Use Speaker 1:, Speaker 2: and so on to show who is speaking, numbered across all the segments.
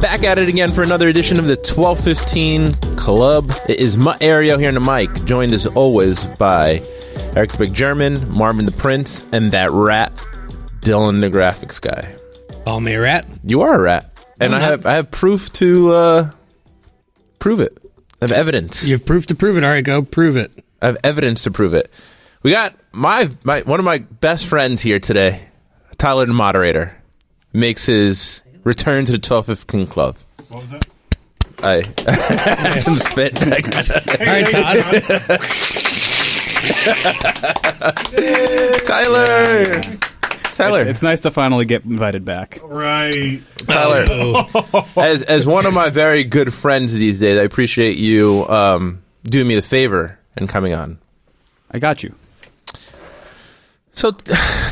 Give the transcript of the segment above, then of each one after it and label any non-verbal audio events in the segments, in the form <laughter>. Speaker 1: Back at it again for another edition of the 1215 Club. It is my Ariel here in the mic, joined as always by Eric the Big German, Marvin the Prince, and that rat, Dylan the Graphics Guy.
Speaker 2: Call me a rat.
Speaker 1: You are a rat. And I
Speaker 2: not.
Speaker 1: have I have proof to uh, prove it. I have evidence.
Speaker 2: You have proof to prove it. All right, go prove it.
Speaker 1: I have evidence to prove it. We got my my one of my best friends here today, Tyler the moderator, makes his return to the 1215 Club. What was that? I had <laughs> some spit.
Speaker 2: All right, Todd.
Speaker 1: Tyler. Tyler,
Speaker 3: It's, it's nice to finally get invited back.
Speaker 4: Right.
Speaker 1: Tyler, as as one of my very good friends these days, I appreciate you um, doing me the favor and coming on.
Speaker 3: I got you.
Speaker 1: So, <sighs>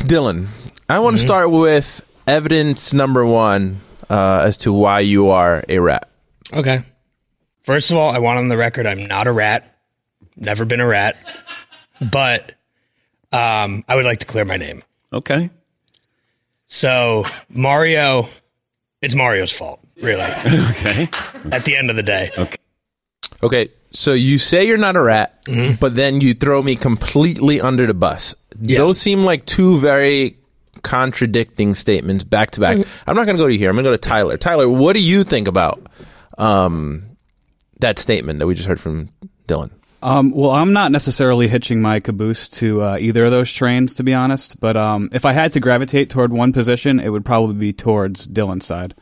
Speaker 1: Dylan, I want
Speaker 2: Mm-hmm.
Speaker 1: to start with evidence number one uh, as to why you are a rat.
Speaker 2: okay. First of all, I want on the record I'm not a rat. Never been a rat. But um, I would like to clear my name.
Speaker 5: Okay.
Speaker 2: So, Mario, it's Mario's fault, really,
Speaker 5: Okay.
Speaker 2: at the end of the day.
Speaker 1: Okay, so you say you're not a rat,
Speaker 2: Mm-hmm.
Speaker 1: but then you throw me completely under the bus. Those seem like two very contradicting statements back to back.
Speaker 2: Mm-hmm.
Speaker 1: I'm not going to go to you here. I'm going to go to Tyler. Tyler, what do you think about um, that statement that we just heard from Dylan?
Speaker 3: Um, well, I'm not necessarily hitching my caboose to uh, either of those trains, to be honest. But um, if I had to gravitate toward one position, it would probably be towards Dylan's side.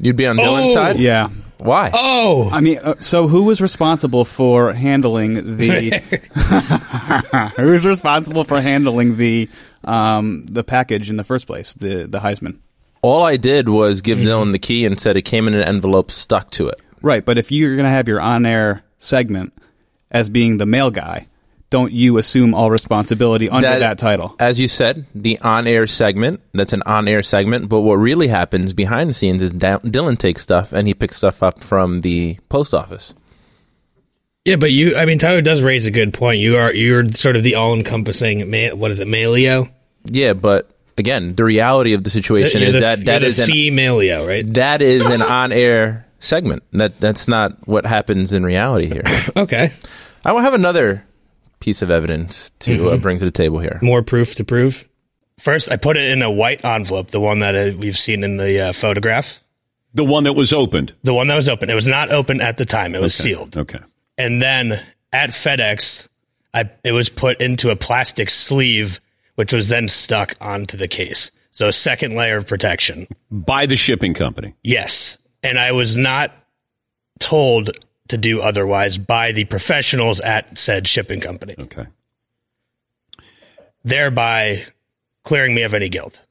Speaker 1: You'd be on Dylan's
Speaker 2: Oh!
Speaker 1: side?
Speaker 3: Yeah.
Speaker 1: Why?
Speaker 2: Oh,
Speaker 3: I mean, uh, so who was responsible for handling the? <laughs> who was responsible for handling the um, the package in the first place? The the Heisman.
Speaker 1: All I did was give
Speaker 2: Mm-hmm.
Speaker 1: Dylan the key and said it came in an envelope stuck to it.
Speaker 3: Right, but if you're going to have your on-air segment as being the male guy, don't you assume all responsibility under that, title?
Speaker 1: As you said, the on air segment, that's an on air segment. But what really happens behind the scenes is da- Dylan takes stuff and he picks stuff up from the post office.
Speaker 2: yeah, but you, I mean, Tyler does raise a good point. You are, you're sort of the all encompassing, ma- what is it, Malio?
Speaker 1: Yeah, but again, the reality of the situation
Speaker 2: You're
Speaker 1: is
Speaker 2: the,
Speaker 1: that that
Speaker 2: you're
Speaker 1: is,
Speaker 2: the
Speaker 1: an,
Speaker 2: femaleio, right?
Speaker 1: that is an on air segment. That That's not what happens in reality
Speaker 2: <laughs>
Speaker 1: here.
Speaker 2: Okay.
Speaker 1: I will have another piece of evidence to uh, bring to the table here.
Speaker 2: Mm-hmm. more proof to prove. First, I put it in a white envelope, the one that uh, we've seen in the uh, photograph,
Speaker 5: The one that was opened.
Speaker 2: the one that was open. It was not open at the time; it was sealed.
Speaker 5: Okay.
Speaker 2: And then at FedEx, I it was put into a plastic sleeve, which was then stuck onto the case. So a second layer of protection.
Speaker 5: By the shipping company.
Speaker 2: Yes, and I was not told to do otherwise by the professionals at said shipping company,
Speaker 5: Okay.
Speaker 2: thereby clearing me of any guilt.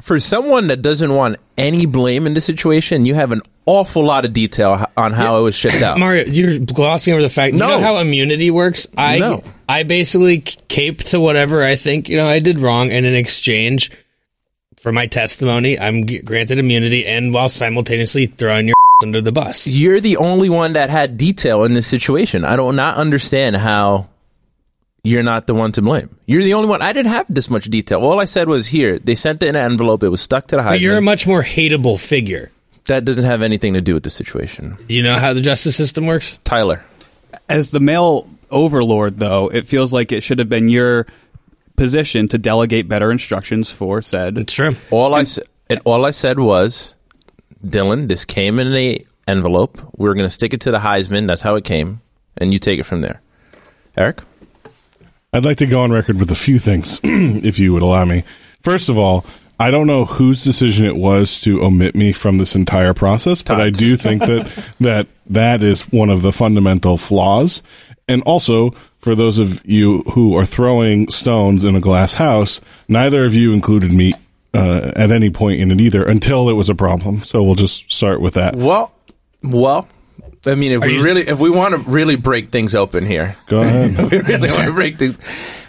Speaker 1: for someone that doesn't want any blame in this situation, you have an awful lot of detail h- on how it was shipped out.
Speaker 2: Mario, you're glossing over the fact.
Speaker 1: No.
Speaker 2: You know how immunity works. I
Speaker 1: No.
Speaker 2: I basically c- cape to whatever I think you know I did wrong, and in exchange for my testimony, I'm g- granted immunity, and while simultaneously throwing your <laughs> under the bus.
Speaker 1: You're the only one that had detail in this situation. I do not understand how you're not the one to blame. You're the only one. I didn't have this much detail. All I said was here. They sent it in an envelope. It was stuck to the
Speaker 2: But you're a
Speaker 1: hydrant.
Speaker 2: much more hateable figure.
Speaker 1: that doesn't have anything to do with the situation.
Speaker 2: Do you know how the justice system works?
Speaker 1: Tyler,
Speaker 3: As the male overlord, though, it feels like it should have been your position to delegate better instructions for said.
Speaker 2: true.
Speaker 1: all I said, and all I said was, Dylan, this came in a envelope. We are going to stick it to the Heisman. That's how it came, and you take it from there. Eric.
Speaker 4: I'd like to go on record with a few things, <clears throat> if you would allow me. First of all, I don't know whose decision it was to omit me from this entire process, but I
Speaker 1: Tots.
Speaker 4: do think
Speaker 2: <laughs>
Speaker 4: that that that is one of the fundamental flaws. And also, for those of you who are throwing stones in a glass house, neither of you included me uh, at any point in it either until it was a problem. So we'll just start with that.
Speaker 1: Well, well, I mean, if we
Speaker 2: you-
Speaker 1: really, if we want to really break things open here,
Speaker 4: Go ahead.
Speaker 2: <laughs>
Speaker 1: we <laughs> really want to break things.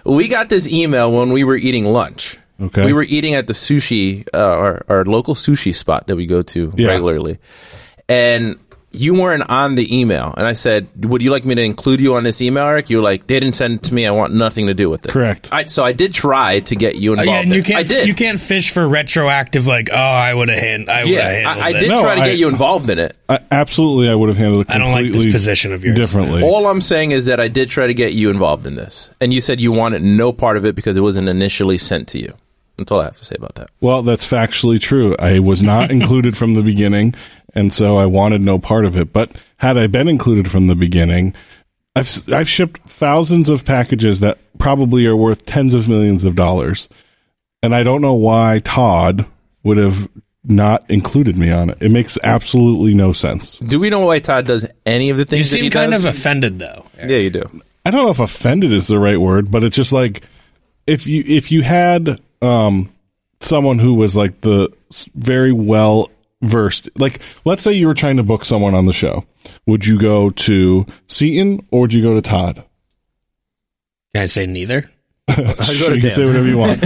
Speaker 1: We got this email when we were eating lunch.
Speaker 4: Okay.
Speaker 1: We were eating at the sushi, uh, our, our local sushi spot that we go to
Speaker 4: Yeah.
Speaker 1: regularly, and you weren't on the email. And I said, "Would you like me to include you on this email, Eric?" You were like, "They didn't send it to me. I want nothing to do with it."
Speaker 4: Correct.
Speaker 1: I, so I did try to get you
Speaker 2: Oh,
Speaker 1: involved.
Speaker 2: yeah, and you
Speaker 1: in it.
Speaker 2: can't
Speaker 1: I did.
Speaker 2: you can't fish for retroactive like oh I would have hand I would
Speaker 1: yeah,
Speaker 2: have handled
Speaker 1: I, I
Speaker 2: it.
Speaker 1: did
Speaker 4: No,
Speaker 1: try to
Speaker 4: I-
Speaker 1: get you involved in it.
Speaker 4: I, absolutely, I would have handled it
Speaker 2: I don't
Speaker 4: completely
Speaker 2: like this position of yours.
Speaker 4: differently.
Speaker 1: All I'm saying is that I did try to get you involved in this, and you said you wanted no part of it because it wasn't initially sent to you. That's all I have to say about that.
Speaker 4: Well, that's factually true. I was not included from the beginning, and so I wanted no part of it. But had I been included from the beginning, I've s- I've shipped thousands of packages that probably are worth tens of millions of dollars, and I don't know why Todd would have not included me on it. It makes absolutely no sense.
Speaker 1: Do we know why Todd does any of the
Speaker 2: You
Speaker 1: things that
Speaker 2: seem
Speaker 1: he
Speaker 2: kind
Speaker 1: does?
Speaker 2: of offended though.
Speaker 1: yeah, you do.
Speaker 4: I don't know if offended is the right word, but it's just like if you if you had um someone who was like the s- very well versed, like let's say you were trying to book someone on the show, would you go to Seaton or would you go to Todd?
Speaker 2: <laughs> Can I say neither?
Speaker 4: Sure, you can say whatever
Speaker 2: <laughs>
Speaker 4: you want.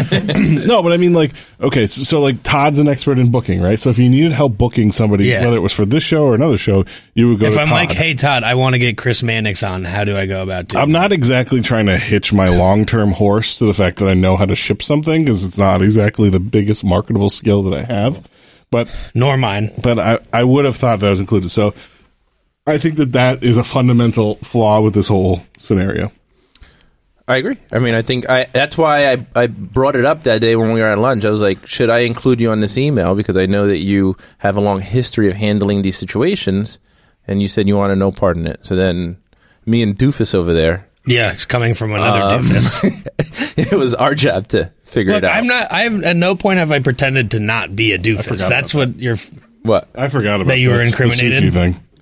Speaker 4: no, but I mean, like, okay, so, so like Todd's an expert in booking, right? So if you needed help booking somebody,
Speaker 2: Yeah.
Speaker 4: whether it was for this show or another show, you would go.
Speaker 2: if
Speaker 4: to
Speaker 2: I'm
Speaker 4: Todd.
Speaker 2: like hey Todd I want to get Chris Mannix on how do I go about doing?
Speaker 4: I'm not exactly trying to hitch my long term horse to the fact that I know how to ship something because it's not exactly the biggest marketable skill that I have. But
Speaker 2: it? nor mine.
Speaker 4: but I, I would have thought that was included. So I think that that is a fundamental flaw with this whole scenario.
Speaker 1: I agree. I mean, I think I, that's why I, I brought it up that day when we were at lunch. I was like, should I include you on this email because I know that you have a long history of handling these situations, and you said you wanted no part in it. So then, me and Doofus over there, <laughs>
Speaker 2: Yeah, it's coming from another <laughs> doofus.
Speaker 1: it was our job to figure
Speaker 2: Look,
Speaker 1: it out.
Speaker 2: I'm not. I've at no point have I pretended to not be a doofus. That's what you're.
Speaker 1: what
Speaker 4: I forgot about
Speaker 2: That you were
Speaker 4: this- the
Speaker 2: incriminated?
Speaker 4: sushi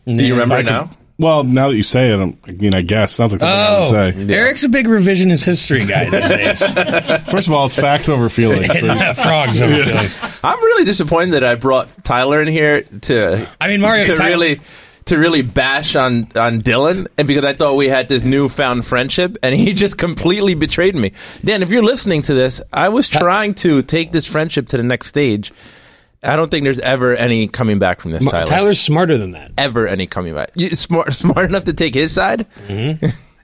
Speaker 4: thing.
Speaker 1: do you remember
Speaker 4: I
Speaker 1: it
Speaker 4: could-
Speaker 1: now?
Speaker 4: Well, now that you say it, I'm, I mean, I guess sounds like something I
Speaker 2: Oh,
Speaker 4: would say.
Speaker 2: Eric's a big revisionist history guy these
Speaker 4: <laughs>
Speaker 2: days.
Speaker 4: First of all, it's facts
Speaker 2: <laughs>
Speaker 4: over feelings. So
Speaker 2: Frogs over feelings.
Speaker 1: I'm really disappointed that I brought Tyler in here to
Speaker 2: I mean, Mario,
Speaker 1: to
Speaker 2: Tyler-
Speaker 1: really to really bash on on Dylan and because I thought we had this newfound friendship and he <laughs> just completely betrayed me. Dan, if you're listening to this, I was trying to take this friendship to the next stage. I don't think there's ever any coming back from this, Tyler.
Speaker 2: Tyler's smarter than that.
Speaker 1: Ever any coming back? You, smart, <laughs> smart enough to take his side?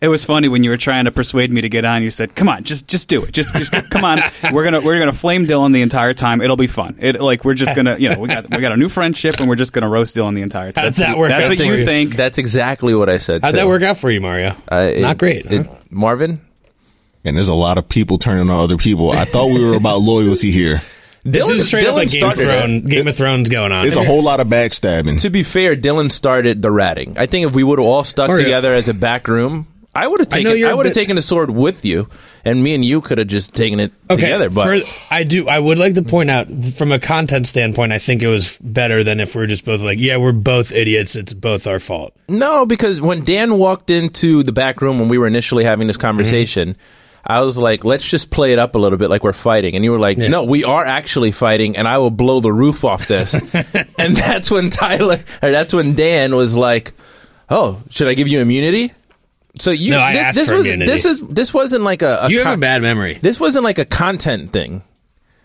Speaker 3: It was funny when you were trying to persuade me to get on. You said, "Come on, just just do it. Just <laughs> just come on. We're gonna we're gonna flame Dylan the entire time. It'll be fun. It like we're just gonna you know we got we got a new friendship and we're just gonna roast Dylan the entire time.
Speaker 2: How'd that work
Speaker 3: That's
Speaker 2: out
Speaker 3: what
Speaker 2: for
Speaker 3: you
Speaker 2: you?
Speaker 3: think.
Speaker 1: That's exactly what I said.
Speaker 2: How'd
Speaker 1: too.
Speaker 2: that work out for you, Mario?
Speaker 1: Uh, it-
Speaker 2: Not great.
Speaker 1: it-
Speaker 2: huh?
Speaker 1: Marvin.
Speaker 6: And there's a lot of people turning on other people. I thought we were about loyalty here.
Speaker 2: This
Speaker 1: Dylan-
Speaker 2: is straight up
Speaker 1: Dylan
Speaker 2: like Game of
Speaker 1: started it.
Speaker 2: Thrones. Game of Thrones going on.
Speaker 6: There's a whole lot of backstabbing.
Speaker 1: to be fair, Dylan started the ratting. I think if we would have all stuck
Speaker 2: Or-
Speaker 1: together as a back room, I would have
Speaker 2: I know
Speaker 1: taken.
Speaker 2: you're
Speaker 1: I,
Speaker 2: a
Speaker 1: would have
Speaker 2: bit-
Speaker 1: taken the sword with you, and me and you could have just taken it together. But
Speaker 2: for- I do. I would like to point out, from a content standpoint, I think it was better than if we were just both like, yeah, we're both idiots. It's both our fault.
Speaker 1: no, because when Dan walked into the back room when we were initially having
Speaker 2: Mm-hmm.
Speaker 1: this conversation. I was like, let's just play it up a little bit like we're fighting. And you were like, no, we are actually fighting, and I will blow the roof off
Speaker 2: <laughs>
Speaker 1: this. and that's when Tyler, or that's when Dan was like, oh, should I give you immunity? So you,
Speaker 2: No, I
Speaker 1: this,
Speaker 2: asked
Speaker 1: this
Speaker 2: for
Speaker 1: was,
Speaker 2: immunity.
Speaker 1: This, is, this wasn't like a. a
Speaker 2: You have
Speaker 1: con-
Speaker 2: a bad memory.
Speaker 1: this wasn't like a content thing.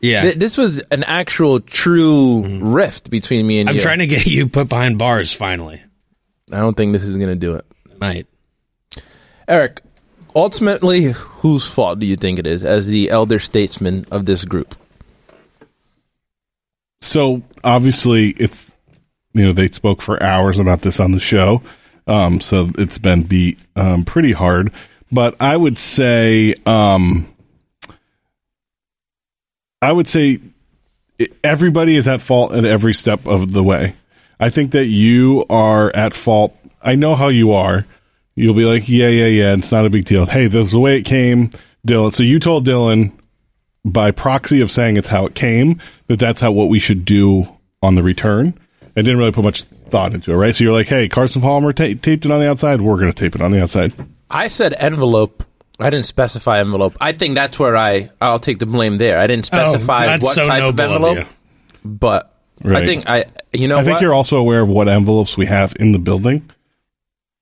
Speaker 2: Yeah. Mm-hmm.
Speaker 1: Th- this was an actual true rift between me and
Speaker 2: I'm
Speaker 1: you.
Speaker 2: trying to get <laughs> you put behind bars finally.
Speaker 1: I don't think this is going to do it.
Speaker 2: Might.
Speaker 1: Eric, ultimately, whose fault do you think it is as the elder statesman of this group?
Speaker 4: so obviously it's you know they spoke for hours about this on the show um so it's been beat um pretty hard but i would say um i would say i- everybody is at fault at every step of the way i think that you are at fault i know how you are you'll be like yeah yeah yeah it's not a big deal hey this is the way it came dylan so you told dylan by proxy of saying it's how it came that that's how what we should do on the return. I didn't really put much thought into it, right? So you're like, hey, Carson Palmer ta- taped it on the outside. We're going to tape it on the outside.
Speaker 1: I said envelope. I didn't specify envelope. I think that's where I I'll take the blame there. I didn't specify
Speaker 2: Oh, that's
Speaker 1: what
Speaker 2: so
Speaker 1: type of
Speaker 2: noble of
Speaker 1: envelope,
Speaker 2: you.
Speaker 1: but I
Speaker 4: Right.
Speaker 1: think I you know
Speaker 4: I think
Speaker 1: what?
Speaker 4: you're also aware of what envelopes we have in the building.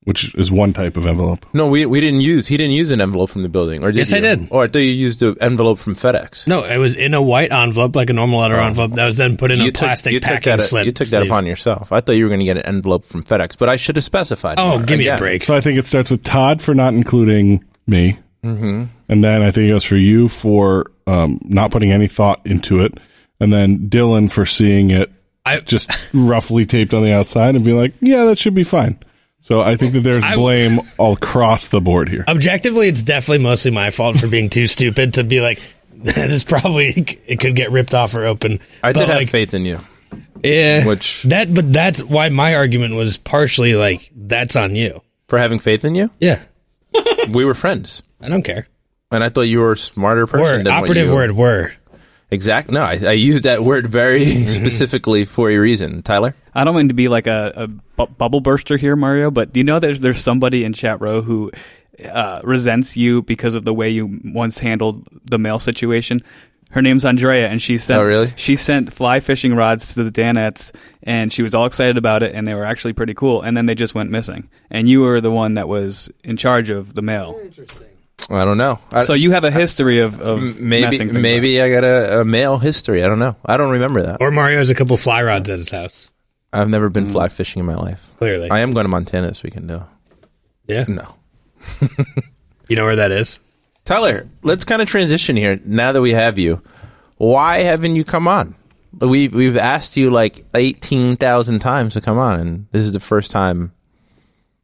Speaker 4: which is one type of envelope.
Speaker 1: No, we we didn't use. He didn't use an envelope from the building, or did
Speaker 2: Yes,
Speaker 1: you?
Speaker 2: I did.
Speaker 1: Or I thought you used an envelope from FedEx.
Speaker 2: No, it was in a white envelope, like a normal letter envelope, that was then put in
Speaker 1: Oh. you
Speaker 2: a plastic
Speaker 1: you
Speaker 2: packing
Speaker 1: that, uh,
Speaker 2: slip.
Speaker 1: You took that
Speaker 2: sleeve.
Speaker 1: upon yourself. I thought you were going to get an envelope from FedEx, but I should have specified.
Speaker 2: Oh,
Speaker 1: more.
Speaker 2: give me a
Speaker 1: Again.
Speaker 2: break.
Speaker 4: So I think it starts with Todd for not including me, and then I think it goes for you for um, not putting any thought into it, and then Dylan for seeing it
Speaker 2: I-
Speaker 4: just roughly taped on the outside and being like, "Yeah, that should be fine." So I think that there's
Speaker 2: I-
Speaker 4: blame all across the board here.
Speaker 2: Objectively, it's definitely mostly my fault for being too stupid to be like, <laughs> this probably it could get ripped off or open.
Speaker 1: I did
Speaker 2: But,
Speaker 1: have
Speaker 2: like,
Speaker 1: faith in you.
Speaker 2: Yeah,
Speaker 1: which-
Speaker 2: that, but that's why my argument was partially like, that's on you.
Speaker 1: For having faith in you,
Speaker 2: Yeah,
Speaker 1: we were friends,
Speaker 2: I don't care.
Speaker 1: and I thought you were a smarter person.
Speaker 2: Word,
Speaker 1: than
Speaker 2: operative
Speaker 1: what you,
Speaker 2: word, were.
Speaker 1: Exact. No, I, I used that word
Speaker 2: <laughs>
Speaker 1: very
Speaker 2: Mm-hmm.
Speaker 1: specifically for a reason, Tyler.
Speaker 3: I don't mean to be like a, a bu- bubble burster here, Mario, but do you know there's there's somebody in chat row who uh, resents you because of the way you once handled the mail situation? Her name's Andrea, and she sent
Speaker 1: Oh, really?
Speaker 3: she sent fly fishing rods to the Danettes, and she was all excited about it, and they were actually pretty cool, and then they just went missing, and you were the one that was in charge of the mail,
Speaker 1: I don't know. I,
Speaker 3: so you have a history of, of
Speaker 1: maybe
Speaker 3: messing things up.
Speaker 1: maybe I got a, a male history. I don't know. I don't remember that.
Speaker 2: Or Mm-hmm. Mario has a couple fly rods at his house.
Speaker 1: I've never been fly fishing in my life.
Speaker 2: Clearly,
Speaker 1: I am going to Montana this weekend, though.
Speaker 2: yeah.
Speaker 1: No.
Speaker 2: You know where that is?
Speaker 1: Tyler, let's kind of transition here now that we have you. Why haven't you come on? We've, we've asked you like 18,000 times to come on, and this is the first time.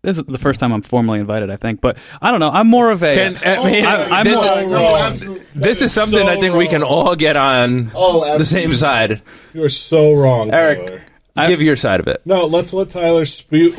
Speaker 3: This is the first time I'm formally invited, I think. But I don't know. I'm more of a.
Speaker 1: Can- I mean,
Speaker 3: I'm, I'm
Speaker 1: this-
Speaker 3: more,
Speaker 1: so This is something I think we can all get on
Speaker 6: Oh,
Speaker 1: the same side.
Speaker 4: You're so wrong,
Speaker 1: Eric, give your side of it.
Speaker 4: No, let's let Tyler spew.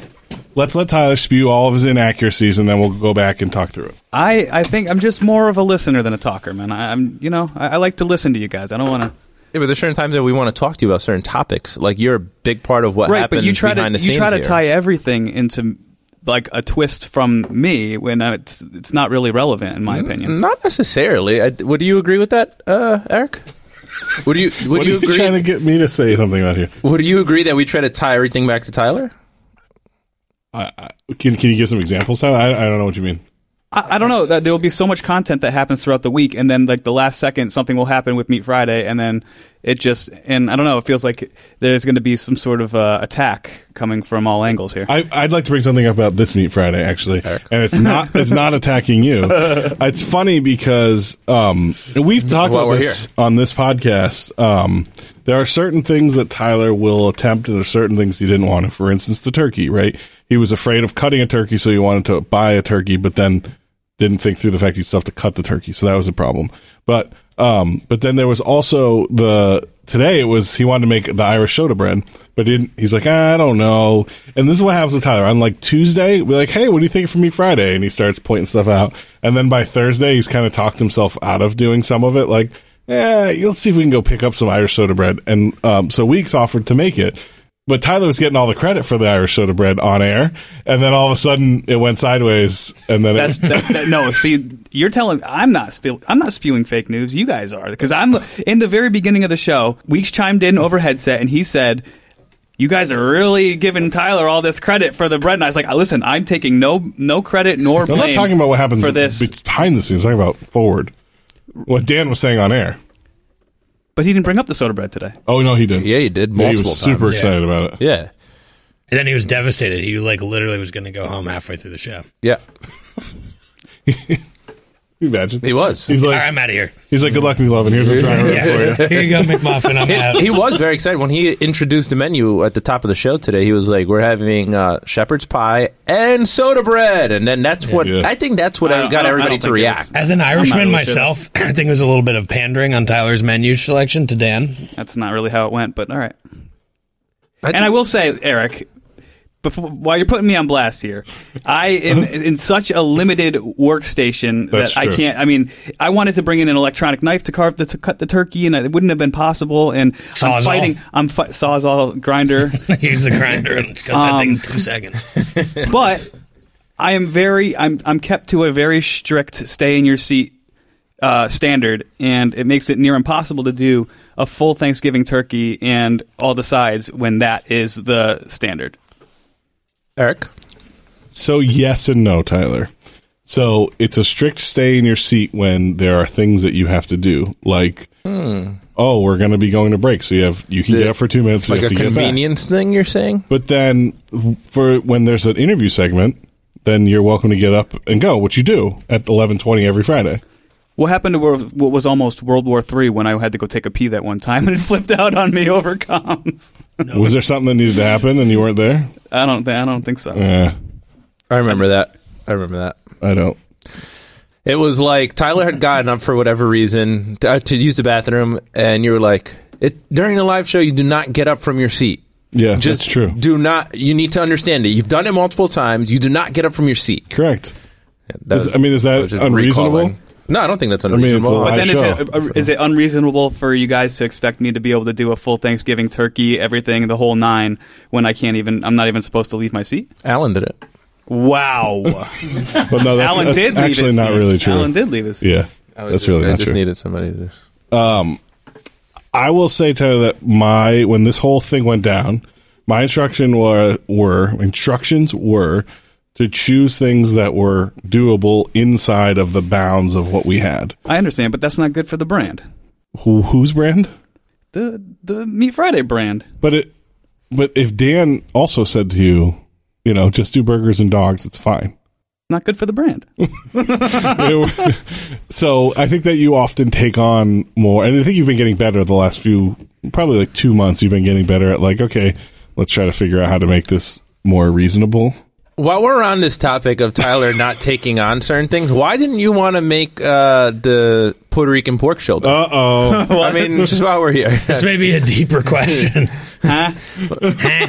Speaker 4: Let's let Tyler spew all of his inaccuracies, and then we'll go back and talk through it.
Speaker 3: I, I think I'm just more of a listener than a talker, man. I, I'm you know I, I like to listen to you guys. I don't want to.
Speaker 1: Yeah, but there's certain times that we want to talk to you about certain topics. Like you're a big part of what
Speaker 3: Right,
Speaker 1: happens
Speaker 3: but you try to
Speaker 1: behind the
Speaker 3: you
Speaker 1: scenes
Speaker 3: try to
Speaker 1: here.
Speaker 3: tie everything into like a twist from me when it's it's not really relevant in my
Speaker 1: Mm-hmm.
Speaker 3: opinion.
Speaker 1: Not necessarily. I, would you agree with that, uh, Eric? Would you would
Speaker 4: What are
Speaker 1: you
Speaker 4: you
Speaker 1: agree?
Speaker 4: trying to get me to say something about here?
Speaker 1: would you agree that we try to tie everything back to Tyler?
Speaker 4: Can Can you give some examples, Tyler? I, I don't know what you mean.
Speaker 3: I, I don't know that there will be so much content that happens throughout the week, and then like the last second something will happen with Meat Friday, and then it just and I don't know. It feels like there's going to be some sort of uh, attack coming from all angles here.
Speaker 4: I, I'd like to bring something up about this Meat Friday, actually, and it's not it's not attacking
Speaker 1: <laughs>
Speaker 4: you. It's funny because um, and we've talked
Speaker 1: While
Speaker 4: about
Speaker 1: we're
Speaker 4: this on this podcast. Um, there are certain things that Tyler will attempt, and there's certain things he didn't want to. For instance, the turkey. Right? He was afraid of cutting a turkey, so he wanted to buy a turkey, but then didn't think through the fact he'd still have to cut the turkey, so that was a problem. But um, but then there was also the today it was he wanted to make the Irish soda bread, but he didn't, he's like "Ah, I don't know. And this is what happens with Tyler on like Tuesday. We're like, hey, what do you think for me Friday? And he starts pointing stuff out, and then by Thursday he's kind of talked himself out of doing some of it, like. Yeah, Eh, you'll see if we can go pick up some Irish soda bread. And um, so Weeks offered to make it but Tyler was getting all the credit for the Irish soda bread on air, and then all of a sudden it went sideways, and then <laughs>
Speaker 3: That's
Speaker 4: it,
Speaker 3: that, that, no. See, you're telling I'm not spew, I'm not spewing fake news. You guys are because I'm in the very beginning of the show. Weeks chimed in over headset and he said, "You guys are really giving Tyler all this credit for the bread." And I was like, "Uh, "Listen, I'm taking no no credit nor
Speaker 4: I'm
Speaker 3: blame."
Speaker 4: not talking about what happens
Speaker 3: for this,
Speaker 4: behind the scenes. I'm talking about forward. What Dan was saying on air.
Speaker 3: but he didn't bring up the soda bread today.
Speaker 4: Oh no, he didn't.
Speaker 1: Yeah, you did
Speaker 4: Yeah, he
Speaker 1: multiple
Speaker 4: was super
Speaker 1: times.
Speaker 4: excited about it.
Speaker 1: Yeah,
Speaker 2: And then he was devastated. He like literally was going to go home halfway through the show.
Speaker 1: yeah,
Speaker 4: Can you imagine?
Speaker 1: he was.
Speaker 4: He's
Speaker 2: All right,
Speaker 4: like,
Speaker 2: I'm out of here.
Speaker 4: he's like, good luck, me love, and here's a dry rub
Speaker 2: <laughs>
Speaker 4: for you.
Speaker 2: Yeah. Here you go, McMuffin. I'm out.
Speaker 1: <laughs> he was very excited when he introduced the menu at the top of the show today. He was like, "We're having uh, shepherd's pie and soda bread," and then that's what
Speaker 4: Yeah.
Speaker 1: I think that's what
Speaker 3: I don't- I
Speaker 1: got
Speaker 3: don't- I
Speaker 1: everybody
Speaker 3: don't
Speaker 1: to
Speaker 3: think it
Speaker 1: react.
Speaker 3: is.
Speaker 2: As an
Speaker 3: I'm not
Speaker 2: Irishman
Speaker 3: really
Speaker 2: myself, I think it was a little bit of pandering on Tyler's menu selection to Dan. <laughs>
Speaker 3: That's not really how it went, but all right.
Speaker 1: think-
Speaker 3: and I will say, Eric, before, while you're putting me on blast here, I am in such a limited workstation
Speaker 4: That's
Speaker 3: that I
Speaker 4: true.
Speaker 3: can't. I mean, I wanted to bring in an electronic knife to carve the, to cut the turkey, and it wouldn't have been possible. And I'm
Speaker 2: Sawzall.
Speaker 3: fighting. I'm fi- sawzall grinder,
Speaker 2: Use the grinder and cut that thing in two seconds.
Speaker 3: but I am very. I'm I'm kept to a very strict stay in your seat. Uh, standard and it makes it near impossible to do a full Thanksgiving turkey and all the sides when that is the standard.
Speaker 1: Eric,
Speaker 4: So yes and no, Tyler. So it's a strict stay in your seat when there are things that you have to do, like
Speaker 3: Hmm.
Speaker 4: oh, we're going to be going to break, so you have you can get up for two minutes. you
Speaker 1: Like a
Speaker 4: have to get back.
Speaker 1: convenience thing, you're saying?
Speaker 4: But then for when there's an interview segment, then you're welcome to get up and go, which you do at 11:20 every Friday.
Speaker 3: What happened to World, what was almost World War Three when I had to go take a pee that one time <laughs> and it flipped out on me over comms?
Speaker 4: Was there something that needed to happen and you weren't there?
Speaker 3: I don't think I don't think so.
Speaker 4: Yeah,
Speaker 1: I remember that. I remember that.
Speaker 4: I don't.
Speaker 1: It was like Tyler had gotten up for whatever reason to, uh, to use the bathroom, and you were like, it, during the live show, you do not get up from your seat.
Speaker 4: Yeah,
Speaker 1: Just
Speaker 4: that's true.
Speaker 1: Do not. You need to understand it. You've done it multiple times. You do not get up from your seat.
Speaker 4: Correct.
Speaker 1: That
Speaker 4: Is- I mean, is that
Speaker 1: was just
Speaker 4: unreasonable?
Speaker 1: recalling. No, I don't think that's
Speaker 4: it's a
Speaker 1: unreasonable.
Speaker 4: lot.
Speaker 1: But
Speaker 3: Then
Speaker 1: then-
Speaker 3: is
Speaker 4: Sure.
Speaker 3: it, uh, is it unreasonable for you guys to expect me to be able to do a full Thanksgiving turkey, everything, the whole nine, when I can't even? I'm not even supposed to leave my seat.
Speaker 1: Alan did it.
Speaker 3: Wow,
Speaker 4: But no, that's,
Speaker 3: Alan
Speaker 4: that's
Speaker 3: did leave
Speaker 4: actually
Speaker 3: his
Speaker 4: not
Speaker 3: seat.
Speaker 4: really true.
Speaker 3: Alan did leave his. seat.
Speaker 4: Yeah,
Speaker 1: I was
Speaker 4: that's
Speaker 1: just-
Speaker 4: really
Speaker 1: I
Speaker 4: not
Speaker 1: just
Speaker 4: true.
Speaker 1: needed somebody to.
Speaker 4: I will say Tyler that my when this whole thing went down, my instruction were were instructions were to choose things that were doable inside of the bounds of what we had.
Speaker 3: I understand, but that's not good for the brand,
Speaker 4: Who, whose brand?
Speaker 3: the the Meat Friday brand.
Speaker 4: But it but if Dan also said to you, you know, just do burgers and dogs, it's <laughs> fine.
Speaker 3: Not good for the brand.
Speaker 4: They were- so I think that you often take on more, and I think you've been getting better the last few, probably like two months. You've been getting better at like, okay, let's try to figure out how to make this more reasonable.
Speaker 1: While we're on this topic of Tyler not <laughs> taking on certain things, why didn't you want to make uh, the Puerto Rican pork shoulder?
Speaker 4: Uh
Speaker 2: <laughs>
Speaker 4: oh,
Speaker 1: I mean, just while we're
Speaker 4: <laughs>
Speaker 1: here,
Speaker 2: This may be a deeper question. <laughs>
Speaker 3: Huh?
Speaker 2: I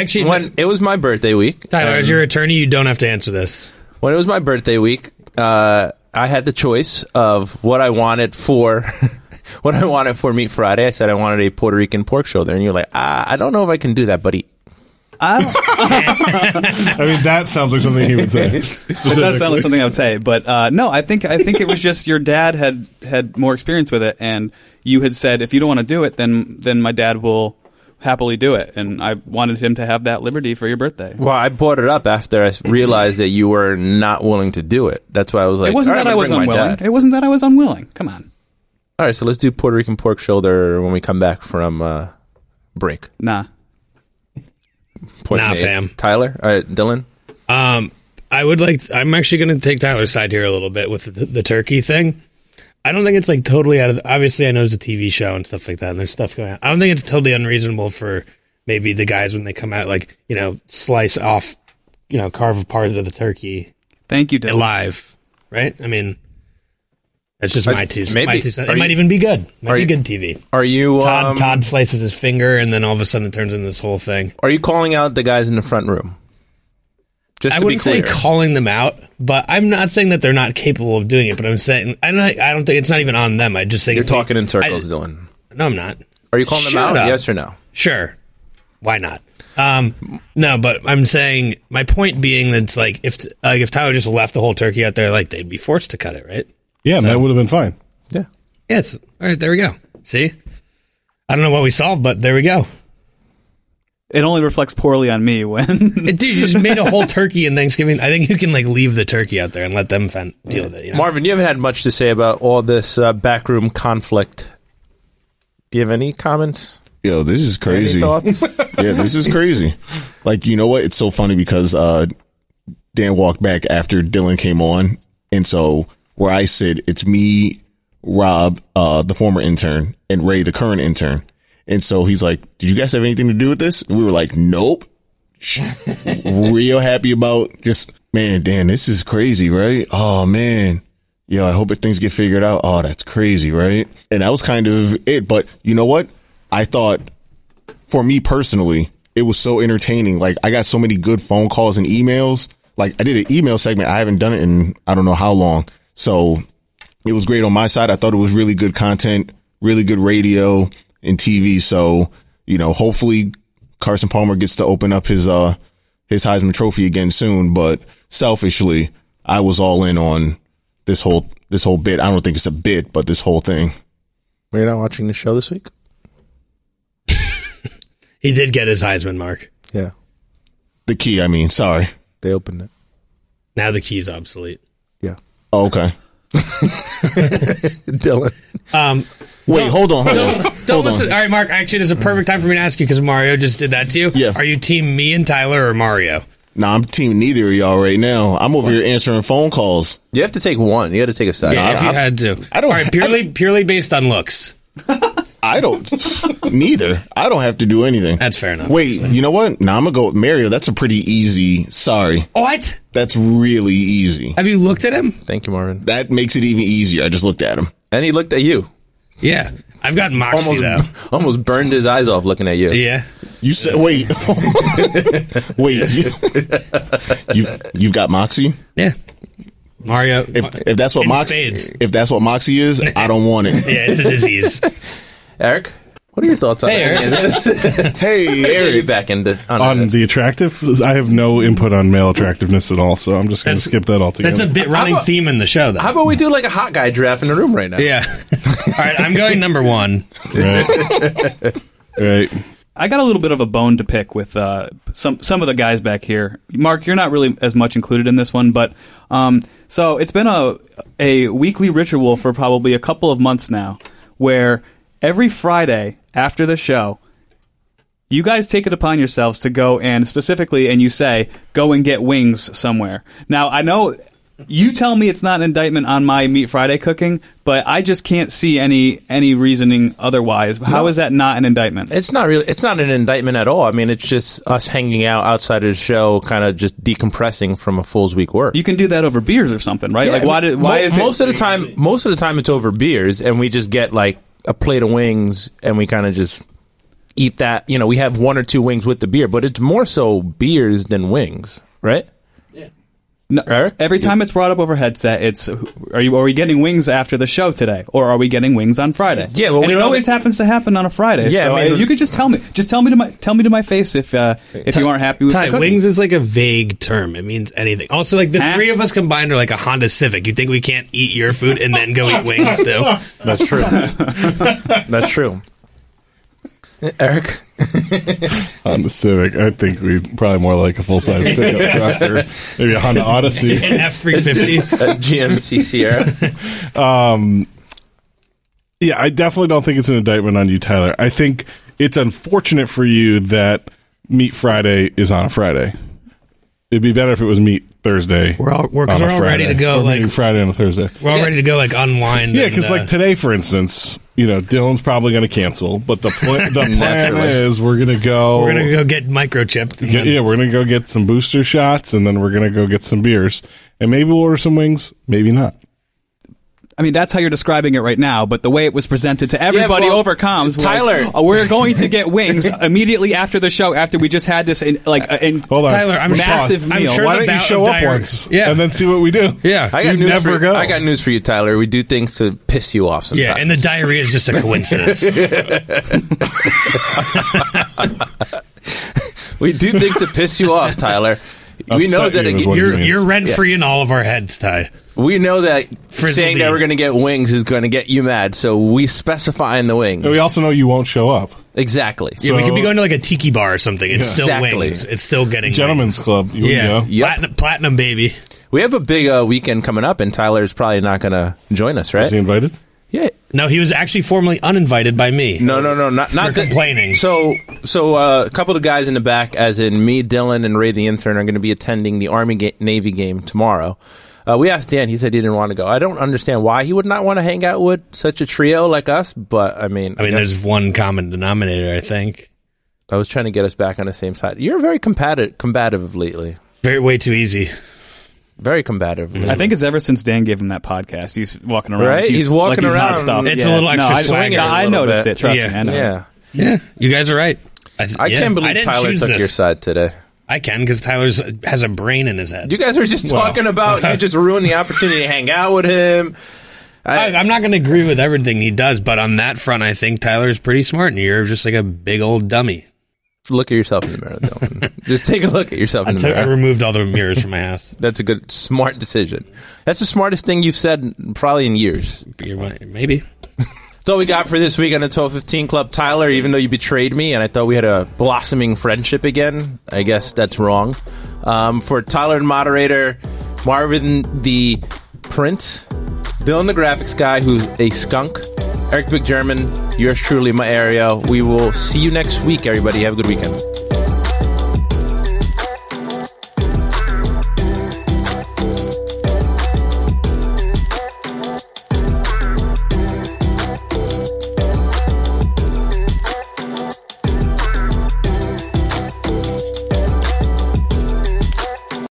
Speaker 2: actually,
Speaker 1: when it was my birthday week,
Speaker 2: Tyler, as your attorney, you don't have to answer this.
Speaker 1: when it was my birthday week, uh, I had the choice of what I wanted for <laughs> what I wanted for Meat Friday. I said I wanted a Puerto Rican pork shoulder, and you're like, ah, I don't know if I can do that, buddy.
Speaker 4: I mean that sounds like something he would say.
Speaker 3: It does sound
Speaker 4: Specifically.
Speaker 3: like something I would say, but uh, no, I think I think it was just your dad had had more experience with it, and you had said if you don't want to do it, then then my dad will happily do it, and I wanted him to have that liberty for your birthday.
Speaker 1: Well, I brought it up after I s- realized that you were not willing to do it. That's why I was like,
Speaker 3: It wasn't
Speaker 1: "All right,
Speaker 3: that I
Speaker 1: I'm
Speaker 3: was
Speaker 1: gonna bring my
Speaker 3: unwilling.
Speaker 1: dad."
Speaker 3: It wasn't that I was unwilling. Come on.
Speaker 1: All right, so let's do Puerto Rican pork shoulder when we come back from uh, break.
Speaker 3: Nah.
Speaker 1: Point
Speaker 2: Nah, fam.
Speaker 1: Tyler, all right, Dylan.
Speaker 2: Um, I would like. I'm actually going to take Tyler's side here a little bit with the, the turkey thing. I don't think it's like totally out of. The, obviously, I know it's a TV show and stuff like that, and there's stuff going on. I don't think it's totally unreasonable for maybe the guys when they come out, like you know, slice off, you know, carve a part of the turkey
Speaker 3: Thank you, Dylan.
Speaker 2: alive, right? I mean, that's just
Speaker 1: I-
Speaker 2: my two.
Speaker 1: maybe.
Speaker 2: My two cents.
Speaker 1: Are
Speaker 2: It might
Speaker 1: you-
Speaker 2: even be good. Might
Speaker 1: are
Speaker 2: be
Speaker 1: you-
Speaker 2: good TV.
Speaker 1: Are you
Speaker 2: Todd
Speaker 1: um,
Speaker 2: Todd slices his finger, and then all of a sudden it turns into this whole thing.
Speaker 1: Are you calling out the guys in the front room? Just
Speaker 2: I
Speaker 1: to be
Speaker 2: wouldn't say
Speaker 1: clear,
Speaker 2: calling them out, but I'm not saying that they're not capable of doing it. But I'm saying I don't. I don't think it's not even on them. I just think
Speaker 1: you're
Speaker 2: if they-
Speaker 1: talking in circles,
Speaker 2: I-
Speaker 1: Dylan.
Speaker 2: no, I'm not.
Speaker 1: Are you calling them
Speaker 2: Shut
Speaker 1: out?
Speaker 2: up.
Speaker 1: Yes or no?
Speaker 2: Sure, why not? Um, no, but I'm saying my point being that it's like if like if Tyler just left the whole turkey out there, like they'd be forced to cut it, right?
Speaker 4: Yeah, and that would have been fine.
Speaker 1: Yeah.
Speaker 2: Yes. All right, there we go. See, I don't know what we solved, but there we go.
Speaker 3: It only reflects poorly on me when
Speaker 2: Dude, you just made a <laughs> whole turkey in Thanksgiving. I think you can like leave the turkey out there and let them fin- deal with it. You know?
Speaker 1: Marvin, you haven't had much to say about all this uh, backroom conflict. Do you have any comments?
Speaker 6: Yo, this is crazy.
Speaker 1: Any thoughts?
Speaker 6: yeah, this is crazy. Like, you know what? It's so funny because uh, Dan walked back after Dylan came on. And so where I sit, it's me, Rob, uh, the former intern, and Ray, the current intern. And so he's like, Did you guys have anything to do with this? And we were like, Nope. <laughs> Real happy about just, man, Dan, this is crazy, right? Oh, man. Yo, I hope if things get figured out. Oh, that's crazy, right? And that was kind of it. But you know what? I thought for me personally, it was so entertaining. Like I got so many good phone calls and emails. Like I did an email segment. I haven't done it in I don't know how long. So it was great on my side. I thought it was really good content, really good radio and TV. So, you know, hopefully Carson Palmer gets to open up his uh his Heisman trophy again soon, but selfishly, I was all in on this whole this whole bit. I don't think it's a bit, but this whole thing.
Speaker 1: We're not watching the show this week.
Speaker 2: He did get his Heisman mark.
Speaker 1: Yeah,
Speaker 6: The key, I mean, sorry.
Speaker 1: they opened it.
Speaker 2: Now the key's obsolete. <laughs>
Speaker 1: Yeah.
Speaker 6: Oh, okay.
Speaker 1: Dylan.
Speaker 2: Um,
Speaker 6: Wait, hold on, hold on,
Speaker 2: don't
Speaker 6: hold on.
Speaker 2: listen. All right, Mark. Actually, there's a perfect time for me to ask you because Mario just did that to you.
Speaker 6: Yeah.
Speaker 2: Are you team me and Tyler or Mario?
Speaker 6: Nah, I'm team neither of y'all right now. I'm over here answering phone calls.
Speaker 1: You have to take one. You got to take a side.
Speaker 2: Yeah,
Speaker 6: I-
Speaker 2: if you
Speaker 6: I-
Speaker 2: had to.
Speaker 6: I don't-
Speaker 2: All right, purely purely based on looks.
Speaker 6: I
Speaker 2: <laughs>
Speaker 6: don't. neither. I don't have to do anything.
Speaker 2: That's fair enough.
Speaker 6: Wait, you know what? Nah, I'm gonna go with Mario. That's a pretty easy. Sorry,
Speaker 2: What?
Speaker 6: that's really easy.
Speaker 2: Have you looked at him?
Speaker 1: Thank you, Marvin.
Speaker 6: That makes it even easier. I just looked at him.
Speaker 1: And he looked at you.
Speaker 2: Yeah. I've got Moxie
Speaker 1: Almost, <laughs>
Speaker 2: though.
Speaker 1: almost burned his eyes off looking at you.
Speaker 2: Yeah.
Speaker 6: You said, wait, <laughs> wait. You, <laughs> you you've got Moxie.
Speaker 2: Yeah. Mario.
Speaker 6: If if that's what
Speaker 2: In
Speaker 6: Moxie
Speaker 2: spades.
Speaker 6: if that's what Moxie is, I don't want
Speaker 2: <laughs>
Speaker 6: it.
Speaker 2: yeah, it's a
Speaker 6: <laughs>
Speaker 2: disease.
Speaker 1: Eric, what are your thoughts on
Speaker 2: Hey,
Speaker 1: any of this?
Speaker 6: Hey,
Speaker 1: <laughs> Get
Speaker 2: <laughs>
Speaker 1: you
Speaker 6: Eric.
Speaker 1: back into on
Speaker 4: on
Speaker 1: it.
Speaker 4: the attractive, I have no input on male attractiveness at all, so I'm just going to
Speaker 2: That's-
Speaker 4: skip that altogether.
Speaker 2: That's a bit running
Speaker 1: about-
Speaker 2: theme in the show though.
Speaker 1: How about we do like a hot guy draft in a room right now?
Speaker 2: yeah. All right, I'm going number one.
Speaker 4: right. right.
Speaker 3: I got a little bit of a bone to pick with uh, some some of the guys back here. Mark, you're not really as much included in this one, but um, so it's been a a weekly ritual for probably a couple of months now, where every Friday after the show, you guys take it upon yourselves to go and specifically, and you say, go and get wings somewhere. Now, I know you tell me it's not an indictment on my Meat Friday cooking, but I just can't see any any reasoning otherwise. How is that not an indictment?
Speaker 1: It's not really. It's not an indictment at all. I mean, it's just us hanging out outside of the show, kind of just decompressing from a fool's week work.
Speaker 3: You can do that over beers or something, right?
Speaker 1: Yeah,
Speaker 3: like, why? Did, why
Speaker 1: mo-
Speaker 3: is
Speaker 1: most
Speaker 3: it?
Speaker 1: of the time? Most of the time, it's over beers, and we just get like a plate of wings, and we kind of just eat that. You know, we have one or two wings with the beer, but it's more so beers than wings, right?
Speaker 3: No,
Speaker 1: Eric?
Speaker 3: every time it's brought up over headset, it's are you are we getting wings after the show today, or are we getting wings on Friday?
Speaker 1: Yeah, well,
Speaker 3: and
Speaker 1: we
Speaker 3: it
Speaker 1: don't-
Speaker 3: always happens to happen on a Friday.
Speaker 1: Yeah,
Speaker 3: so
Speaker 1: I mean-
Speaker 3: uh, you could just tell me, just tell me to my tell me to my face if uh, if you aren't happy with the
Speaker 2: Ty,
Speaker 3: cooking.
Speaker 2: wings is like a vague term. It means anything. Also, like the
Speaker 3: Huh?
Speaker 2: three of us combined are like a Honda Civic. You think we can't eat your food and then go eat wings too?
Speaker 1: That's true. <laughs> That's true. Eric,
Speaker 4: On the Civic, I think we probably more like a
Speaker 2: <laughs>
Speaker 4: full size pickup truck or maybe a Honda Odyssey. <laughs>
Speaker 2: An F three fifty.
Speaker 1: uh, GMC Sierra.
Speaker 4: Yeah, I definitely don't think it's an indictment on you, Tyler. I think it's unfortunate for you that Meat Friday is on a Friday. It'd be better if it was Meat Thursday.
Speaker 2: We're all- we're- 'cause
Speaker 4: on a
Speaker 2: we're all ready
Speaker 4: Friday.
Speaker 2: to go,
Speaker 4: Or maybe
Speaker 2: like-
Speaker 4: Friday on a Thursday.
Speaker 2: We're all ready to go like unwind.
Speaker 4: Yeah,
Speaker 2: and,
Speaker 4: because
Speaker 2: uh,
Speaker 4: like today, for instance, you know Dylan's probably going to cancel, but the pl- the plan
Speaker 1: Naturally.
Speaker 4: is we're going to go.
Speaker 2: we're gonna go get microchipped. and
Speaker 4: Get,
Speaker 2: then-
Speaker 4: yeah, we're gonna go get some booster shots, and then we're gonna go get some beers, and maybe we'll order some wings, maybe not.
Speaker 3: I mean, that's how you're describing it right now, but the way it was presented to everybody
Speaker 1: well,
Speaker 3: over comms, was,
Speaker 1: Tyler.
Speaker 3: "Oh, we're going to
Speaker 1: <laughs>
Speaker 3: get wings immediately after the show. After we just had this, in, like, uh, in,
Speaker 1: Oh,
Speaker 4: Hold on,
Speaker 2: Tyler, I'm sure-
Speaker 3: massive
Speaker 2: I'm
Speaker 3: meal.
Speaker 2: sure
Speaker 4: Why
Speaker 2: the
Speaker 4: don't you
Speaker 2: bout
Speaker 4: show
Speaker 2: of
Speaker 4: up
Speaker 2: diarrhea-
Speaker 4: once,
Speaker 2: Yeah.
Speaker 4: and then see what we do?
Speaker 2: Yeah.
Speaker 1: I got
Speaker 4: You
Speaker 1: news
Speaker 4: never
Speaker 1: for
Speaker 4: go.
Speaker 1: I got news for you, Tyler. We do things to piss you off sometimes.
Speaker 2: Yeah, and the diarrhea is just a
Speaker 4: <laughs>
Speaker 2: coincidence.
Speaker 1: we do things to piss you off,
Speaker 4: <laughs>
Speaker 1: Tyler. we
Speaker 4: Upset
Speaker 1: know that
Speaker 4: you
Speaker 1: it,
Speaker 4: is what
Speaker 2: you're
Speaker 4: means.
Speaker 2: you're rent free in all of our heads, Ty.
Speaker 1: we know that
Speaker 2: Frizzle
Speaker 1: saying that
Speaker 2: D.
Speaker 1: we're going to get wings is going to get you mad. So we specify in the wings
Speaker 2: Oh,
Speaker 4: And we also know you won't show up.
Speaker 1: exactly.
Speaker 2: Yeah, we
Speaker 4: So-
Speaker 2: could be going to like a tiki bar or something. It's still
Speaker 1: Exactly.
Speaker 2: wings. It's still getting
Speaker 4: Gentlemen's Club, you
Speaker 2: Wings.
Speaker 4: yeah.
Speaker 2: Yeah,
Speaker 4: know.
Speaker 1: Yep.
Speaker 2: platinum, platinum baby.
Speaker 1: We have a big uh, weekend coming up, and Tyler is probably not going to join us,
Speaker 4: Is he
Speaker 1: right?
Speaker 4: invited?
Speaker 1: Yeah.
Speaker 2: No, he was actually formally uninvited by me.
Speaker 1: No, no, no, not not the-
Speaker 2: complaining.
Speaker 1: So, so uh, a couple of guys in the back, as in me, Dylan, and Ray the intern, are going to be attending the Army ga- Navy game tomorrow. Uh, we asked Dan; he said he didn't want to go. I don't understand why he would not want to hang out with such a trio like us. But I mean,
Speaker 2: I mean,
Speaker 1: guess-
Speaker 2: there's one common denominator. I think
Speaker 1: I was trying to get us back on the same side. You're very combative, combative lately.
Speaker 2: very way too easy.
Speaker 1: Very combative. lately.
Speaker 3: I think it's ever since Dan gave him that podcast. He's walking around.
Speaker 1: Right?
Speaker 3: like
Speaker 1: He's walking
Speaker 3: like he's
Speaker 1: around.
Speaker 3: Hot stuff.
Speaker 2: It's a little extra
Speaker 3: no, I,
Speaker 2: swagger
Speaker 3: I,
Speaker 1: a
Speaker 3: I
Speaker 1: little
Speaker 3: noticed
Speaker 1: bit.
Speaker 3: it. Trust
Speaker 2: Yeah.
Speaker 3: me. I know.
Speaker 1: yeah.
Speaker 2: Yeah, you guys are right. I, th-
Speaker 1: I
Speaker 2: yeah.
Speaker 1: can't believe
Speaker 2: didn't
Speaker 1: Tyler
Speaker 2: choose
Speaker 1: took
Speaker 2: this.
Speaker 1: your side today.
Speaker 2: I can because Tyler's has a brain in his head.
Speaker 1: You guys were just talking about
Speaker 2: <laughs>
Speaker 1: you just ruined the opportunity to hang out with him.
Speaker 2: I, I'm not going to agree with everything he does, but on that front, I think Tyler is pretty smart, and you're just like a big old dummy.
Speaker 1: Look at yourself in the mirror,
Speaker 2: <laughs>
Speaker 1: though. <laughs> just take a look at yourself in the
Speaker 2: I
Speaker 1: mirror.
Speaker 2: removed all the mirrors from my <laughs> house.
Speaker 1: That's a good, smart decision. That's the smartest thing you've said probably in years.
Speaker 2: You're right. Maybe.
Speaker 1: That's all we got for this week on the 1215 Club. Tyler, even though you betrayed me and I thought we had a blossoming friendship again, I guess that's wrong. Um, for Tyler, the moderator, Marvin the Prince, Dylan the graphics guy, who's a skunk, Eric Big German, yours truly, my area. We will see you next week, everybody. Have a good weekend.